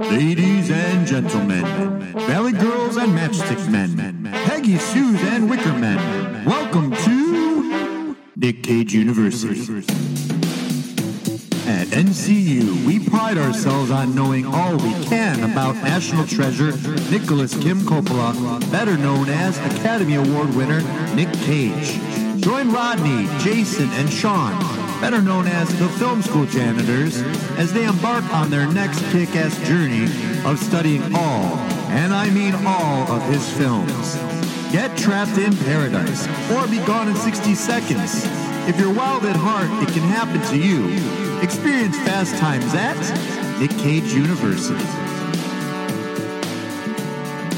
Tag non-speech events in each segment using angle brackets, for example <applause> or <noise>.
Ladies and gentlemen, Valley Girls and Matchstick Men, Peggy Sue's and Wicker Men, welcome to Nick Cage University. At NCU, we pride ourselves on knowing all we can about national treasure Nicholas Kim Coppola, better known as Academy Award winner Nick Cage. Join Rodney, Jason, and Sean, better known as the film school janitors, as they embark on their next kick-ass journey of studying all, and I mean all, of his films. Get trapped in paradise or be gone in 60 seconds. If you're wild at heart, it can happen to you. Experience fast times at Nick Cage University.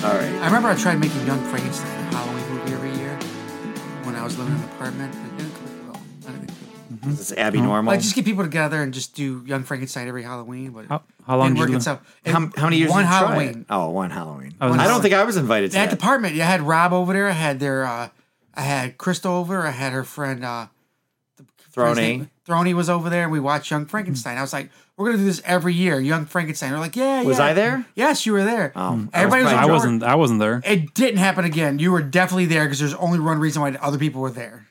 All right. I remember I tried making Young Frankenstein a Halloween movie every year when I was living in an apartment. It didn't come out well. I didn't think it did. Is this Abby Normal? Like just get people together and just do Young Frankenstein every Halloween. But How- how long didn't did you work live- itself. It- how, how many years? One did you try Halloween. it? Oh, one Halloween. was I in- don't think I was invited to That that. department, yeah, I had Rob over there. I had their, uh, I had Crystal over. I had her friend uh, Throne His name- Throny was over there, and we watched Young Frankenstein. I was like, "We're gonna do this every year, Young Frankenstein." They're like, "Yeah, Was yeah." I there? Yes, you were there. Oh, I everybody was probably- was. I over- wasn't. I wasn't there. It didn't happen again. You were definitely there because there's only one reason why other people were there.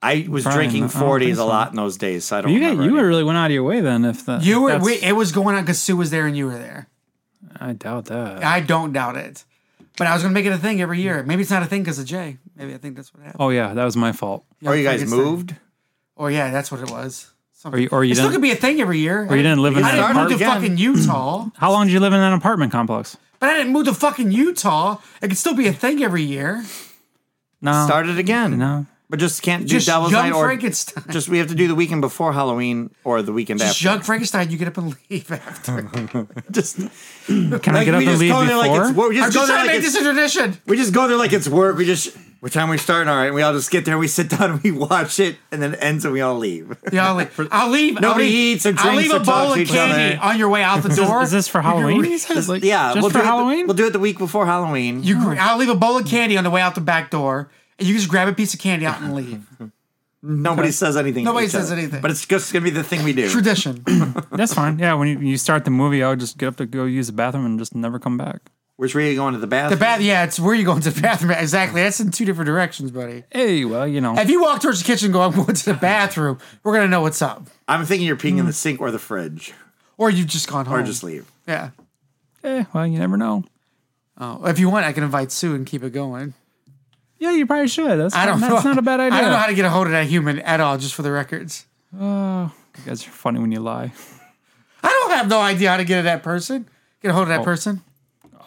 I was Fine, I drinking don't think forties a so. lot in those days, so I don't. You got. remember You any- really went out of your way then. If that. You were. that's- We, it was going on because Sue was there and you were there. I doubt that. I don't doubt it. But I was gonna make it a thing every year. Maybe it's not a thing because of Jay. Maybe I think that's what happened. oh yeah, that was my fault. Or Oh, you guys Frankenstein. moved? Or yeah, that's what it was. Or you- or you it still didn't- could be a thing every year. Or you didn't live in I that didn't move apartment. to again. fucking Utah. How long did you live in that apartment complex? But I didn't move to fucking Utah. It could still be a thing every year. No. Started again. Uh, No. But just can't do Just Devil's Young Night or Frankenstein. just we have to do the weekend before Halloween or the weekend Just after. Young Frankenstein, you get up and <laughs> leave after. just Can I like, get up we and just leave go before? there like it's work. We I'm just go there just trying to like make it's- this a tradition. we just go there like it's work. We just what time are we starting? All right, and we all just get there. We sit down. <laughs> and We watch it, and then it ends, and we all leave. <laughs> Yeah, I'll leave. I'll leave. Nobody I'll leave, eats or I'll drinks leave or a bowl talks to of each candy other. on your way out the door. <laughs> Is this for You can Halloween? read- Just, like, yeah, Just we'll for do it the- Halloween. we'll do it the week before Halloween. You, gr- I'll leave a bowl of candy on the way out the back door, and you just grab a piece of candy out and leave. Nobody says anything. to Nobody each says other. anything. But it's just gonna be the thing we do. Tradition. That's fine. Yeah, when you, you start the movie, I would just get up to go use the bathroom and just never come back. Which way are you going to the bathroom? The bath. Yeah, it's where you going to the bathroom. Exactly. That's in two different directions, buddy. Hey, well, you know, If you walk towards the kitchen, and go. I'm going to the bathroom. We're gonna know what's up. I'm thinking you're peeing in Mm-hmm. the sink or the fridge, Or you've just gone home. or just leave. yeah. eh, well, you never know. Oh, if you want, I can invite Sue and keep it going. Yeah, you probably should. That's I don't not, know. That's not a bad <laughs> idea. I don't know how to get a hold of that human at all, just for the records. Oh, you guys are funny when you lie. I don't have no idea how to get at that person. Get a hold of Oh. that person.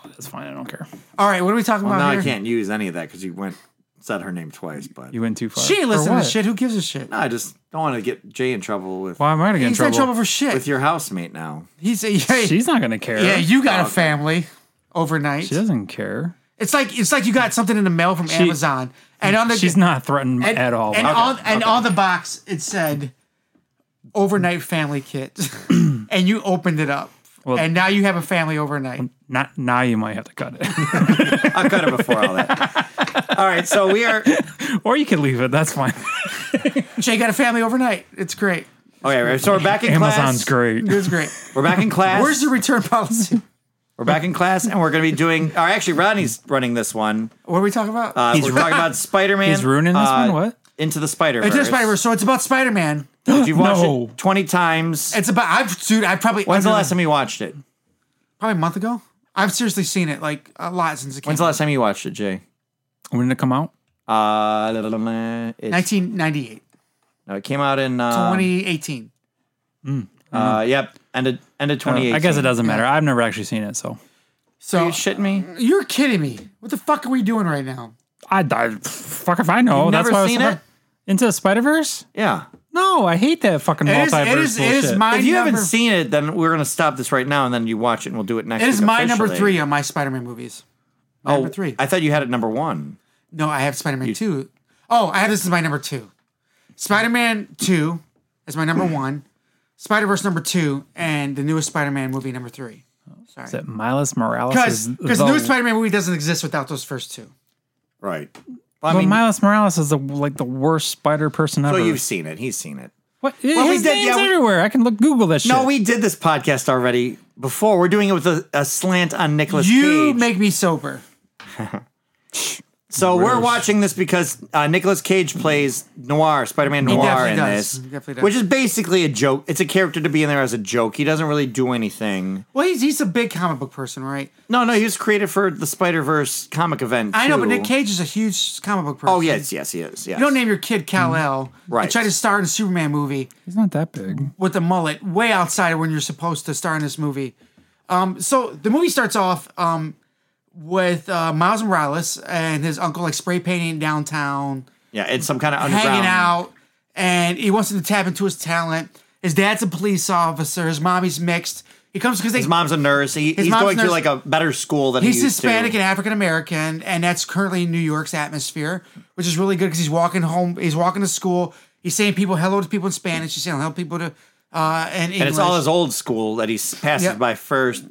That's fine. I don't care. All right, what are we talking Well, about now I Oh, here? can't use any of that because you went said her name twice. But You went too far. She ain't For listening to what? this shit. Who gives a shit? no, I just don't want to get Jay in trouble with Why am I gonna get in He's not trouble? in trouble for shit. with your housemate now. He's yeah, She's not gonna care. yeah. You got a Okay. family overnight. she doesn't care. It's like it's like you got something in the mail from Amazon, and on the She's not threatened and, at all. and by on and on the box it said overnight <clears throat> family kit, and you opened it up, and now you have a family overnight. Not now. You might have to cut it, <laughs> I cut her before all that. <laughs> all right, so we are. or you can leave it. That's fine. Jay got a family overnight. It's great. Okay, Oh, right, so we're back in class. Amazon's great. It <laughs> was great. We're back in class. Where's the return policy? we're back in class, and we're going to be doing. Or actually, Rodney's running this one. What are we talking about? Uh, Uh, we're talking about Spider-Man. He's ruining this uh, one. What? Into the Spider. it's Spider Verse, so it's about Spider Man. You've watched <gasps> No. it twenty times. It's about I've dude I probably When's the I've- last time you watched it? probably a month ago. I've seriously seen it like a lot since it came. When's the last time you watched it, Jay? When did it come out? Uh, la- la- la- it's- 1998, no, it came out in uh, 2018. Uh, yep, ended ended Uh, I don't- 2018. I guess it doesn't matter. I've never actually seen it, so Are you So shitting me? you're kidding me. What the fuck are we doing right now? I died. Fuck if I know. You've That's never why seen I was it? into the Spider Verse. Yeah. No, I hate that fucking It is, multiverse it is, it bullshit. is my if you number, haven't seen it, then we're gonna stop this right now, and then you watch it, and we'll do it next. it is week my number officially. three on my Spider-Man movies. My Oh, number three. I thought you had it number one. no, I have Spider-Man two. Oh, I have this is my number two. Spider-Man two is my number one. Spider-Verse number two, and the newest Spider-Man movie number three. Is that Miles Morales? Because is because the- the new Spider-Man movie doesn't exist without those first two. Right. Well, I But mean, Miles Morales is the, like the worst Spider person ever. so you've seen it. He's seen it. What? we His did- name's yeah, we- everywhere. I can look Google that shit. No, we did this podcast already before. We're doing it with a, a slant on Nicholas You Cage. make me sober. so we're watching this because uh, Nicholas Cage plays Noir, Spider-Man Noir definitely in does. this, He definitely does. which is basically a joke. It's a character to be in there as a joke. He doesn't really do anything. Well, he's he's a big comic book person, right? No, no, he was created for the Spider Verse comic event. I know, but too. Nick Cage is a huge comic book person. Oh yes, yes, he is. Yes. You don't name your kid Kal El. Mm-hmm. Right. You try to star in a Superman movie He's not that big. with a mullet, way outside of when you're supposed to star in this movie. Um, so the movie starts off um, with uh, Miles Morales and his uncle like spray painting downtown, yeah, it's some kind of underground. hanging out, and he wants him to tap into his talent. His dad's a police officer. His mommy's mixed. He comes because they His mom's a nurse. He, he's mom's going nurse. to like a better school than He's he used Hispanic To. and African American, and that's currently New York's atmosphere, which is really good because he's walking home, he's walking to school, he's saying people hello to people in Spanish, he's saying hello people to uh and English. and it's all his old school that he s- passes Yeah. by first.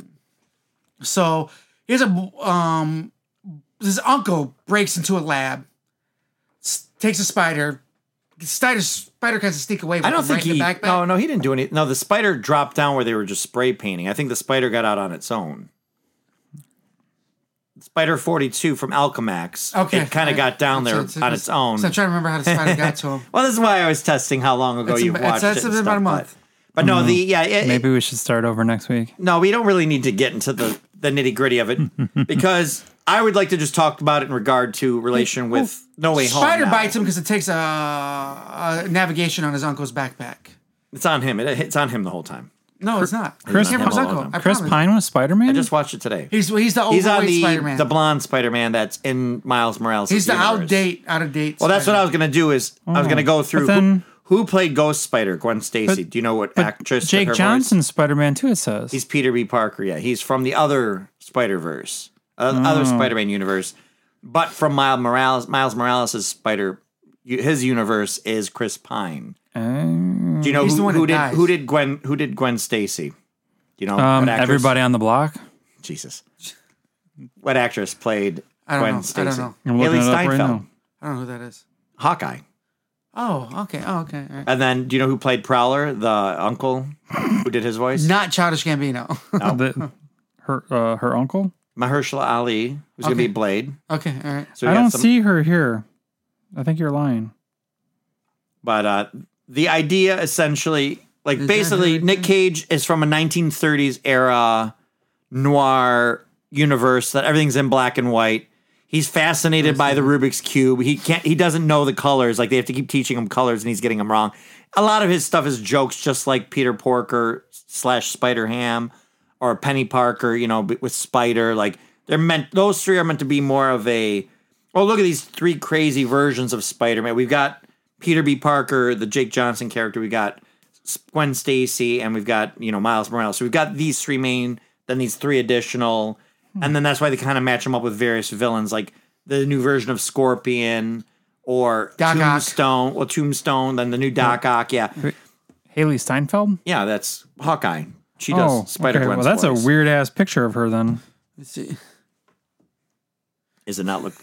so here's a um his uncle breaks into a lab, s- takes a spider, spider spider kind of sneak away. With I don't him, think right in he. the backpack. No, no, he didn't do any. No, the spider dropped down where they were just spray painting. I think the spider got out on its own. Spider forty two from Alchemax. Okay, it kind of got down there So on its own. So I'm trying to remember <laughs> how the spider got to him. Well, this is why I was testing how long ago It's you've ab- watched it's- it. it's and about stuff, a month. Mm-hmm. But, but no, the yeah, it, Maybe we should start over next week. no, we don't really need to get into the the nitty gritty of <laughs> it because I would like to just talk about it in regard to relation with No Way Home. Spider now. bites him because it takes a, a navigation on his uncle's backpack. It's on him. It, it's on him the whole time. No, it's not. Chris- It's Cameron's Hold on, uncle. hold I on. Chris promise. Pine was Spider Man. I just watched it today. He's he's the He's on overweight the Spider-Man. the blonde Spider Man that's in Miles Morales. he's the Oh. universe. outdate, out of date. Well, that's what I was gonna do. Is I was gonna go through then- who, who played Ghost Spider, Gwen Stacy. Do you know what actress? with her Jake voice? Johnson's Spider Man too. It says He's Peter B. Parker. Yeah, he's from the other Spider Verse, uh, other Hmm. Spider Man universe, but from Miles Morales. Miles Morales' Spider, his universe is Chris Pine. Do you know Oh. He's the who, one who that did dies. who did Gwen who did Gwen Stacy? Do you know um, what actress- everybody on the block. Jesus, what actress played I don't Gwen know. I Stacy? don't know. I'm looking Haley it up right Steinfeld, now. I don't know who that is. Hawkeye, Oh, okay. Oh, okay. all right. and then do you know who played Prowler, the uncle who did his voice? Not Childish Gambino. <laughs> <laughs> The- her uh, her uncle. Mahershala Ali, who's gonna be Okay. Blade. okay, all right. So we I got don't some- see her here. I think you're lying. But uh, the idea essentially, like basically, Nick Cage is from a 1930s era noir universe that everything's in black and white. He's fascinated by the Rubik's cube. He can't. He doesn't know the colors. Like they have to keep teaching him colors, and he's getting them wrong. A lot of his stuff is jokes, just like Peter Porker slash Spider Ham or Penny Parker. You know, with Spider. Like they're meant. Those three are meant to be more of a Oh, look at these three crazy versions of Spider-Man. We've got Peter B. Parker, the Jake Johnson character. We've got Gwen Stacy, and we've got you know Miles Morales. So we've got these three main, then these three additional, Hmm. and then that's why they kind of match them up with various villains, like the new version of Scorpion or Doc Ock. Tombstone. Well, Tombstone, then the new Doc Ock. Yeah, Haley Steinfeld. yeah, that's Hawkeye. She does Spider Oh, okay. Gwen. Well, that's a weird ass picture of her then. Let's see. Is it not look?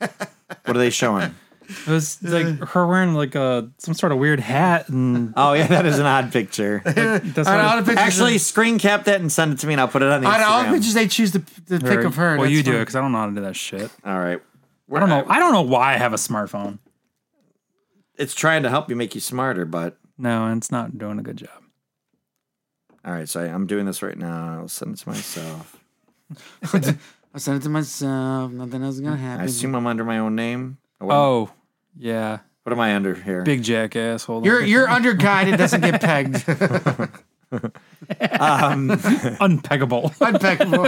what are they showing? It <laughs> was like her wearing like a some sort of weird hat and <laughs> Oh yeah, that is an odd picture. that's Out of all not the pictures, Actually, screen cap that and send it to me, and I'll put it on the out of all Instagram. the pictures, they choose the, the very- pick of her. Well, That's you do it funny. because I don't know how to do that shit. all right, I don't know. I don't know why I have a smartphone. it's trying to help you make you smarter, but No, and it's not doing a good job. all right. So I, I'm doing this right now. I'll send it to myself. I sent it to myself. Nothing else is gonna Mm, I happen. assume I'm under my own name. What, Oh, yeah, what am I under here? big jack ass. Hold You're on, you're under guy that doesn't get pegged. <laughs> unpeggable. <laughs> Unpeggable.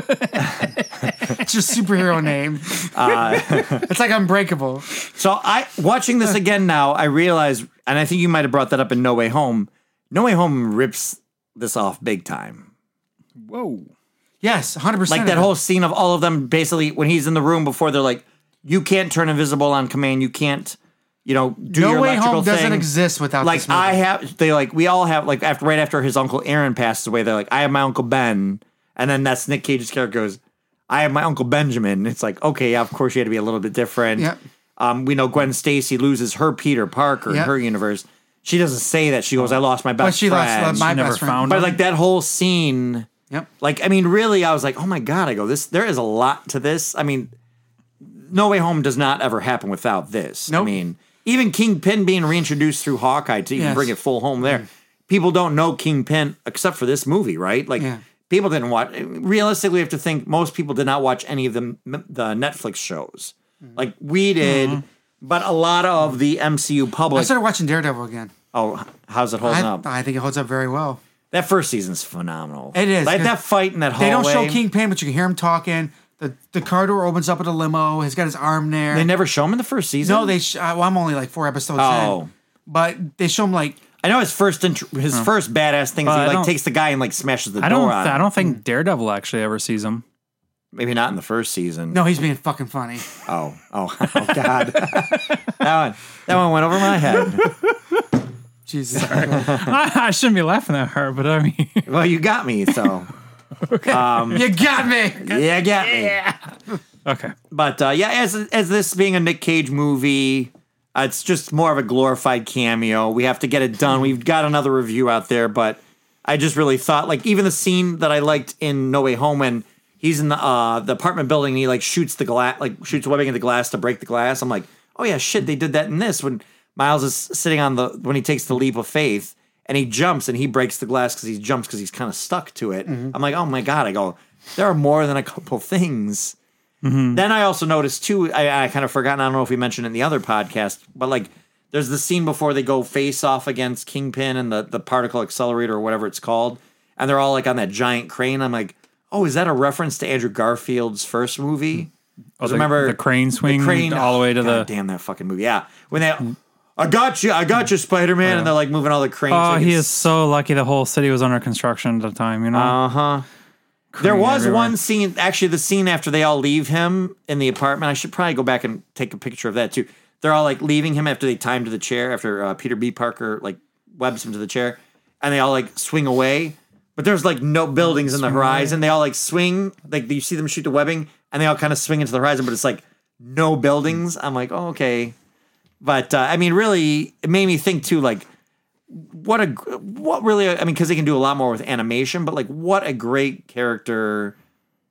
it's your superhero name. Uh, <laughs> it's like unbreakable. So I watching this again now. I realize, and I think you might have brought that up in No Way Home. No Way Home rips this off big time. <laughs> Whoa. Yes, hundred percent. Like that whole scene of all of them basically when he's in the room before they're like, "You can't turn invisible on command. You can't, you know, do No your Way electrical Home doesn't thing." exist without this like movie. I have they like we all have like after right after his uncle Aaron passes away, they're like, I have my uncle Ben. And then that's Nick Cage's character goes, I have my uncle Benjamin. It's like, okay, yeah, of course you had to be a little bit different. Yep. Um, we know Gwen Stacy loses her Peter Parker Yep. in her universe. She doesn't say that. She goes, "I lost my best But she lost uh, friend." my never best friend. found but like that whole scene, Yep. like I mean, really, I was like, "Oh my god!" I go, "This there is a lot to this." I mean, No Way Home does not ever happen without this. I Nope. mean, even Kingpin being reintroduced through Hawkeye to even Yes. Mm-hmm. bring it full home there. People don't know Kingpin except for this movie, right? Like. Yeah. People didn't watch. Realistically, we have to think most people did not watch any of the the Netflix shows, Mm-hmm. like we did, but a lot of the MCU I public. started watching Daredevil again. Oh, how's it holding I, up? I think it holds up very well. That first season's phenomenal. It is, Like 'cause that fight in that They hallway. don't show Kingpin, but you can hear him talking. The the car door opens up at a limo. He's got his arm there. They never show him in the first season. no, they. Sh- uh, well, I'm only like four episodes Oh. in, but they show him like I know his first intro, his first badass thing is Well, I he like don't- takes the guy and like smashes the I door don't. on. I him. don't think Daredevil actually ever sees him. <laughs> Maybe not in the first season. no, he's being <laughs> fucking funny. Oh. Oh. Oh God. <laughs> that one. That one went over my <laughs> head. Jesus, I shouldn't be laughing at her, but I mean, <laughs> Well, you got me. So <laughs> you got me. yeah, you got me. okay. But uh, yeah, as as this being a Nick Cage movie, uh, it's just more of a glorified cameo. We have to get it done. We've got another review out there, but I just really thought like even the scene that I liked in No Way Home when he's in the uh, the apartment building and he like shoots the glass like shoots webbing at the glass to break the glass. I'm like, oh yeah, shit, they did that in this when Miles is sitting on the when he takes the leap of faith and he jumps and he breaks the glass because he jumps because he's kind of stuck to it. I'm like, oh my god, I go. There are more than a couple things then I also noticed too. I, I kind of forgotten. I don't know if we mentioned it in the other podcast, but like, there's the scene before they go face off against Kingpin and the the particle accelerator or whatever it's called, and they're all like on that giant crane. I'm like, oh, is that a reference to Andrew Garfield's first movie? Oh, the, remember the crane swing all the way to God the. Mm. damn that fucking movie. Yeah, when they, I got you, I got you, Spider Man, and they're like moving all the cranes. Oh, like he it's- is so lucky. The whole city was under construction at the time. You know. There was everywhere. one scene, actually, the scene after they all leave him in the apartment. I should probably go back and take a picture of that too. They're all like leaving him after they time to the chair, after uh, Peter B. Parker like webs him to the chair, and they all like swing away. But there's like no buildings in the horizon. They all like swing, like you see them shoot the webbing, and they all kind of swing into the horizon, but it's like no buildings. I'm like, oh, okay. But uh, I mean, really, it made me think too, like, what a gr- what really I mean because they can do a lot more with animation, but like what a great character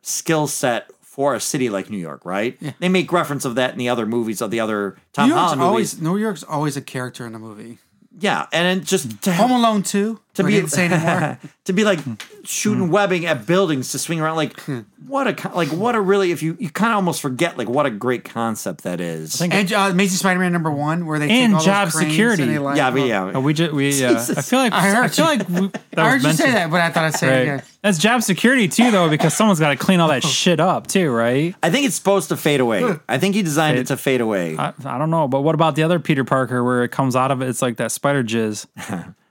skill set for a city like New York, right? They make reference of that in the other movies of the other Tom New York's Holland movies. always New York's always a character in the movie. yeah, and it just to Home Alone two. to I be didn't say <laughs> anymore. to be like shooting webbing at buildings to swing around like what a co- like what a really if you you kind of almost forget like what a great concept that is. and uh, Amazing Spider-Man number one, where they take And all those job cranes security. And they line yeah, them but up. yeah, Uh, we just we yeah. I Jesus. feel like I I, heard feel you. <laughs> like we, that I was heard you say mentioned. that, but I thought I'd say it Right. again. That's job security too, though, because someone's got to clean <laughs> all that shit up too, right? I think it's supposed to fade away. I think he designed it It- to fade away. I, I don't know, but what about the other Peter Parker where it comes out of it? It's like that spider jizz.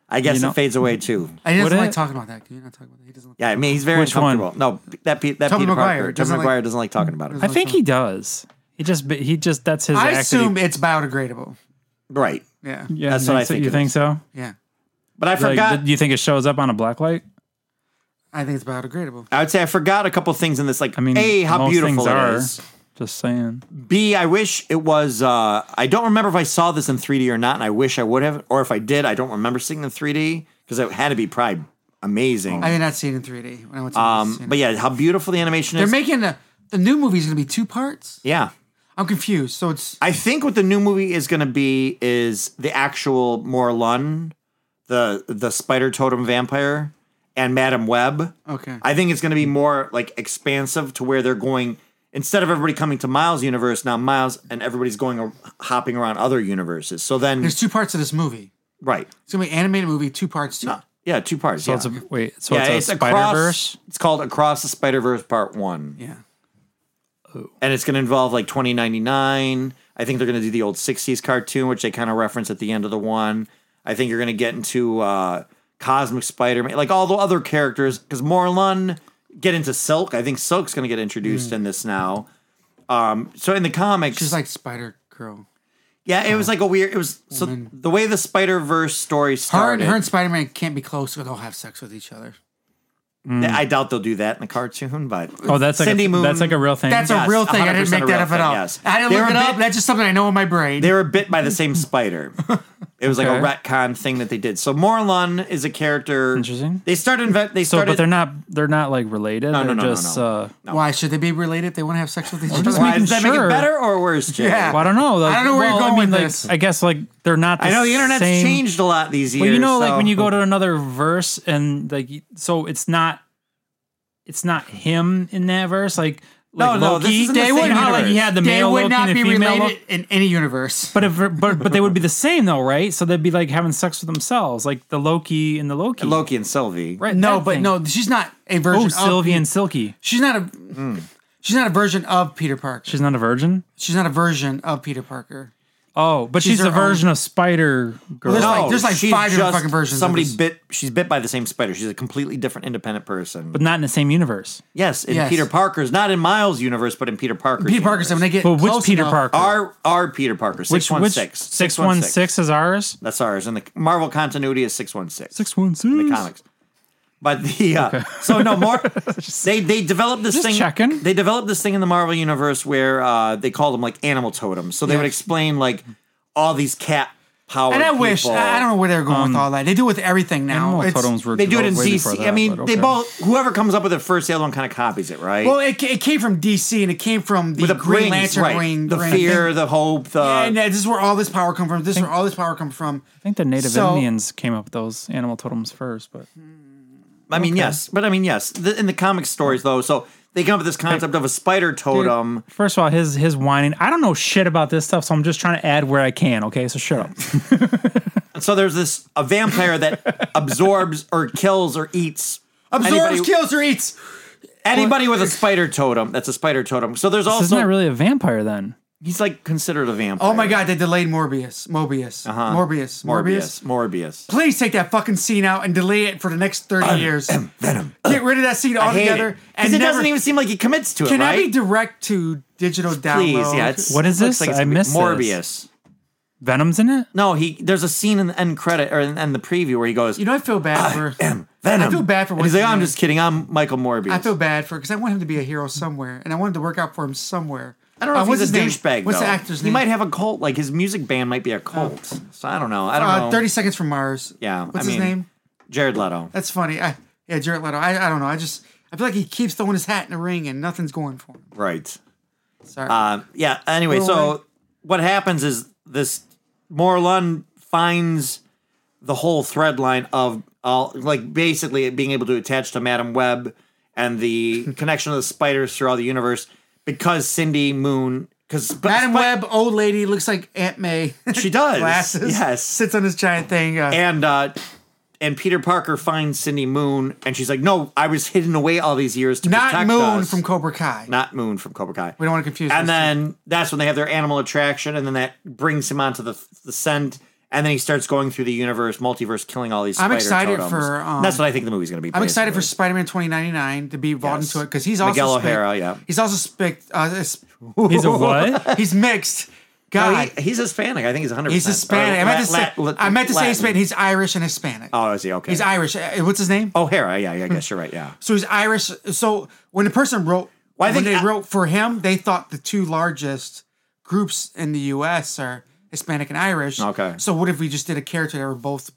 I guess you know- it fades away too. I didn't Would like it? talking about that. Can you not talk about that? He doesn't. Yeah, I mean he's very Which one? uncomfortable. No, that Pe- that Tobey Peter Maguire Parker, Tobey doesn't like- Maguire doesn't like talking about it. I think he does. He just be- he just that's his. I act that he- assume it's biodegradable. Right, Yeah. Yeah, that's what I so- think You it think is. so? Yeah. but I Like, forgot. th- do you think it shows up on a black light? I think it's biodegradable. I would say I forgot a couple things in this. Like, I mean, a how most beautiful things it is. are. Just saying. B I wish it was. Uh, I don't remember if I saw this in 3D or not, and I wish I would have. Or if I did, I don't remember seeing it in 3D because it had to be probably amazing. Oh, I did not see it in 3D when I went to um, but yeah, how beautiful the animation they're is. making the the new movie's going to be two parts. yeah, I'm confused. So it's I think what the new movie is going to be is the actual Morlun, the the spider totem vampire, and Madam Web. okay. I think it's going to be more like expansive to where they're going instead of everybody coming to Miles' universe. Now Miles and everybody's going ar- hopping around other universes. So then, There's two parts of this movie. right? It's going to be an animated movie, two parts. Two. Yeah, two parts. So yeah. it's a, wait. So yeah, it's a Spider Verse. Across, it's called Across the Spider Verse Part One, Yeah. and it's going to involve like 2099. I think they're going to do the old 60s cartoon, which they kind of reference at the end of the one. I think you're going to get into uh, Cosmic Spider Man, like all the other characters, because Morlun get into Silk. I think Silk's going to get introduced in this now. Um, so in the comics, Hmm. She's like Spider Girl. yeah, it was like a weird. It was so the way the Spider Verse story Her, and- started. her and Spider Man can't be close, or they'll have sex with each other. Hmm. I doubt they'll do that in the cartoon, but Oh, that's like Cindy a, Moon. that's like a real thing. That's Yes, a real thing. I didn't 100% make that a up real at all. thing, yes. I didn't They're look a it up. bit- <laughs> That's just something I know in my brain. they were bit by the same spider. It was Okay. like a retcon thing that they did. So Morlun is a character. Interesting. They start invent. They So, started. but they're not they're not like related. no, they're no, no, just no. uh Why should they be related? If they want to have sex with each other. just Why making does that make it sure. better or worse? Jay? Yeah. well, I don't know. I don't know where you're Well, going I mean, with like, this. I guess like they're not. The I know the internet's same- changed a lot these years. Well, you know, like when so- you go to another verse and like, y- so it's not, it's not him in that verse. Like, like no, Loki, this is in the they same would not like universe. he had the They male would Loki not and the be female related Loki. in any universe. But if but but they would be the same though, right? So they'd be like having sex with themselves, like the Loki and the <laughs> Loki, Loki and Sylvie. right? no, that but thing. no, she's not a version. Oh, of- Sylvie and Silky. she's not a. Hmm. She's not a version of Peter Parker. She's not a virgin. She's not a version of Peter Parker. Oh, but She's she's, her a version of Spider Girl. There's No, like- there's like she's five different just- fucking versions of Somebody this. bit. She's bit by the same spider. She's a completely different, independent person. but not in the same universe. yes, in Yes. Peter Parker's, not in Miles' universe, but in Peter Parker's. Peter Parker. So when universe. they get But close which Peter enough- Parker? Our our Peter Parker. Six one six. Six one six is ours. That's ours. And the Marvel continuity is six one six. Six one six. Hmm. the comics. But the uh, so no <laughs> more. they they developed this Just thing. checking. They developed this thing in the Marvel universe where uh, they called them like animal totems. So they would Yes. explain like all these cat power. And I wish I I don't know where they're going with all that. They do it with everything now. Um, Animal It's- totems were They do it in developed way before DC. I that, mean, but they okay. both whoever comes up with it first, the other one kind of copies it, right? Well, it, ca- it came from DC and it came from the, With Green rings, Lantern right. ring. the ring fear, thing. the hope, the and uh, this is where all this power comes from. This is where all this power comes from. I think the Native So- Indians came up with those animal totems first, but I mean, yes, but I mean, yes. The, in the comic stories, though, so they come up with this concept of a spider totem. first of all, his his whining. I don't know shit about this stuff, so I'm just trying to add where I can. Okay, so shut up. And so there's this a vampire <laughs> that absorbs or kills or eats Absorbs, anybody, kills, or eats. anybody with a spider totem. That's a spider totem. So there's This is also not really a vampire then. he's like considered a vampire. Oh my god, they delayed Morbius. Mobius. Morbius. Morbius. Uh-huh. Morbius, Morbius. Please take that fucking scene out and delay it for the next 30 years. Venom. Get rid of that scene Um, I hate altogether. it because it doesn't even seem like he commits to it. Can right? I be direct to digital Please, download? yeah. It's, What is looks this? Like it's I gonna be- missed this. Morbius. Venom's in it. No, he. There's a scene in the end credit or in, in the preview where he goes. you know, I feel bad for. Venom. I feel bad for And He's like, what's his "Oh, I'm name." just kidding. I'm Michael Morbius. I feel bad for because I want him to be a hero somewhere, and I want him to work out for him somewhere. I don't know Uh, if what's he's a his name? douchebag. What's though. the actor's He name? Oh. might have a cult. Like his music band might be a cult. so I don't know. I don't Uh, know. Thirty seconds from Mars. Yeah, What's I his mean- name? Jared Leto. That's funny. I, yeah, Jared Leto. I, I don't know. I just I feel like he keeps throwing his hat in the ring and nothing's going for him. Right. Sorry. Uh, yeah. Anyway, Roy. so what happens is this Morlun finds the whole thread line of all, like basically it being able to attach to Madam Web and the <laughs> connection of the spiders throughout the universe because Cindy Moon because Madam Web, old lady, looks like Aunt May. <laughs> she does Glasses. yes Sits on this giant thing. Uh, and uh and Peter Parker finds Cindy Moon and she's like no I was hidden away all these years to not protect Moon us." from Cobra Kai. not Moon from Cobra Kai we don't want to confuse. and those two. then that's when they have their animal attraction, and then that brings him onto the the scent, and then he starts going through the universe, multiverse, killing all these. I'm spider excited totems. for, um, that's what I think the movie's going to be. I'm excited for basically. Spider-Man 2099 to be involved Yes. into it because he's also Miguel spic- O'Hara, yeah. He's also spic- uh, is- He's a what? he's mixed. No, God, he- he's Hispanic. I think he's 100. he's Hispanic. I meant to say I meant to say Hispanic. Hispanic. He's Irish and Hispanic. Oh, is he okay? He's Irish. Uh, What's his name? O'Hara. Yeah, yeah, I guess you're right. Yeah. So he's Irish. So when the person wrote, Well, I when think they I- wrote for him, they thought the two largest groups in the U.S. are Hispanic and Irish. Okay. So what if we just did a character that were both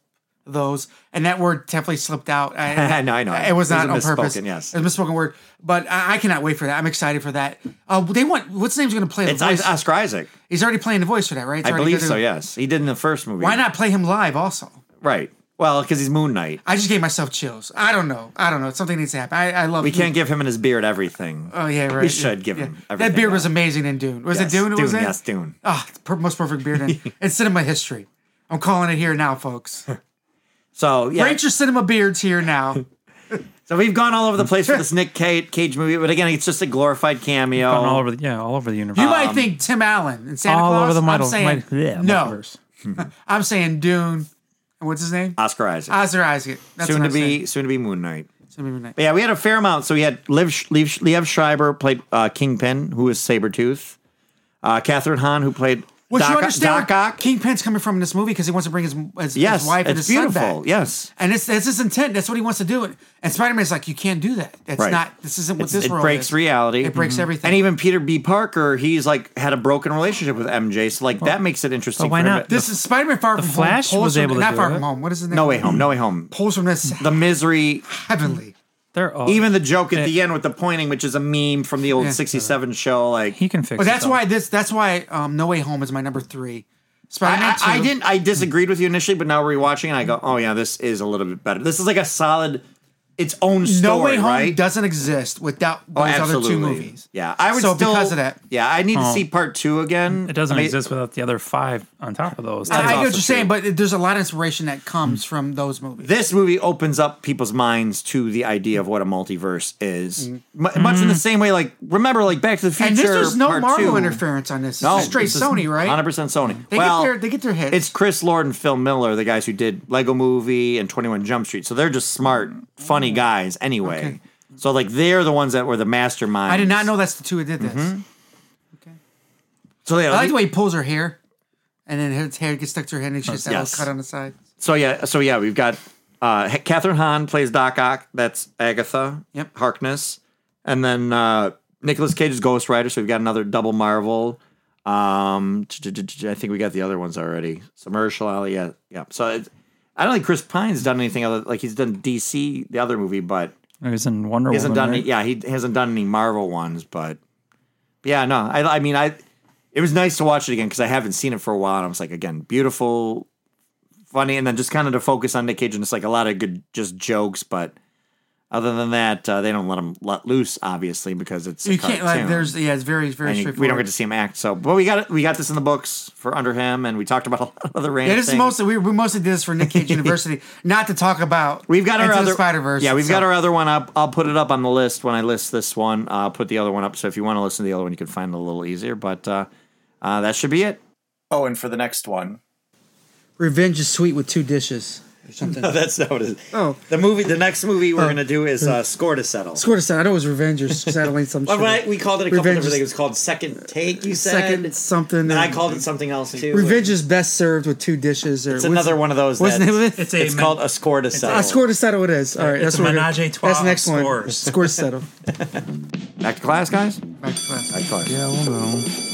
those? And that word definitely slipped out. <laughs> I, No, I know. It was It was not a on purpose. misspoken, yes. It was a misspoken word. But I, I cannot wait for that. I'm excited for that. Uh, they want what's his name's going to play the It's voice? Oscar Isaac. He's already playing the voice for that, right? It's I already believe good. so. Yes, he did in the first movie. Why not play him live also? Right. Well, because he's Moon Knight. I just gave myself chills. I don't know. I don't know. Something needs to happen. I, I love. We can't give him and his beard everything. Oh yeah, right. We yeah, should give yeah. him That everything, beard was though. amazing in Dune. Was Yes, it Dune? was Dune, it? yes, Dune. Ah, the per- most perfect <laughs> beard in, in cinema history. I'm calling it here now, folks. So yeah. Rate your cinema beards here now. So we've gone all over the place <laughs> with this Nick Cage, Cage movie, but again, it's just a glorified cameo. Gone <laughs> all over the yeah, all over the universe. You Um, might think Tim Allen and Santa all Claus. over the I'm middle. saying might- yeah, no. multiverse. I'm saying Dune. And what's his name? Oscar Isaac, Oscar Isaac. Ah, That's Uh, soon what to I'm be soon to be Moon Knight. saying. Soon to be. But yeah, we had a fair amount. So we had Liv, Sh- Liev, Liev Schreiber played uh, Kingpin, who was Sabretooth. Uh, Catherine Hahn, who played Which Doc- you understand Doc where Ock? Kingpin's coming from in this movie because he wants to bring his his, his Yes, wife and it's his son beautiful. back. Yes, And it's that's his intent. That's what he wants to do. And, and Spider Man's like, you can't do that. That's Right. not. This isn't what It's- this it world breaks is. reality. Mm-hmm. It breaks everything. And even Peter B. Parker, he's like had a broken relationship with MJ, so like that makes it interesting. but why for him. not? This- this is Spider Man Far From Flash Home. pulls was from- able to not do Far it. From Home. What is the name? no way home. No way home. Pulls from this The misery. heavenly. They're all, Even the joke at the end with the pointing, which is a meme from the old Eh. Yeah. '67 show, like he can fix. But that's himself. why this. That's why um, No Way Home is my number three. Spider Man I, Two. I, I didn't. I disagreed with you initially, but now rewatching, it, I go, "Oh yeah, this is a little bit better. This is like a solid, its own story." No Way Home right? doesn't exist without Oh, those other two absolutely. movies. Yeah, I would So still because of that- Oh. Yeah, I need to see part two again. It doesn't I mean, exist without the other five on top of those. I, I get also what you're saying, true. Hmm. but there's a lot of inspiration that comes from those movies. This movie opens up people's minds to the idea of what a multiverse is, Mu- much in the same way. Like remember, like Back to the Future. Mm. and this there's no part Marvel two. interference on this. No, it's straight Sony, right? Hundred percent Sony. They well, get their they get their hits. it's Chris Lord and Phil Miller, the guys who did Lego Movie and 21 Jump Street. So they're just smart, funny guys anyway. Okay. So like they're the ones that were the mastermind. I did not know that's the two that did this. Mm-hmm. So yeah, I like the way he pulls her hair, and then his hair gets stuck to her head, and she gets that Yes. little cut on the side. so yeah, so yeah, we've got uh H- Catherine Hahn plays Doc Ock, that's Agatha Yep. Harkness. And then uh Nicolas Cage is Ghost Rider, so we've got another double Marvel. Um t- t- t- t- I think we got the other ones already. Submersial Alley, yeah. Yeah. So it's, I don't think Chris Pine's done anything other like he's done DC the other movie, but He was in Wonder He hasn't Woman. done right? any, yeah he hasn't done any marvel ones but yeah no i, I mean i it was nice to watch it again because i haven't seen it for a while and i was like again beautiful funny and then just kind of to focus on nick cage and it's like a lot of good just jokes but other than that uh, they don't let him let loose obviously because it's a You can't like cartoon. there's yeah, it's very very And you- straightforward. we don't get to see him act so but we got it we got this in the books for under him and we talked about a lot of other random yeah, this is things. mostly we, we mostly did this for Nick <laughs> Cage University, not to talk about. We've got our Into the other Spider Verse. Yeah, we've got our other one up. I'll put it up on the list when I list this one. Uh, I'll put the other one up. So if you want to listen to the other one, you can find it a little easier. But uh, uh, that should be it. Oh, and for the next one, revenge is sweet with two dishes <laughs> or <laughs> something. that's not what it is. Oh. the movie. The next movie we're gonna do is uh, Score to Settle. Score to said I know it was revenge or settling some Well, shit. when I- we called it a couple Revenge different is- things. It was called Second Take. You said Second something. And I and- called it something else too. Revenge is best served with two dishes. Or It's another one of those. What's the that- name of it? It's, It's a men- called a score to settle. I scored to settle. It is all right. It's that's a what we're- menage a trois That's the next one. scores. Score to settle. Back to class, guys. Back to class. Back to class.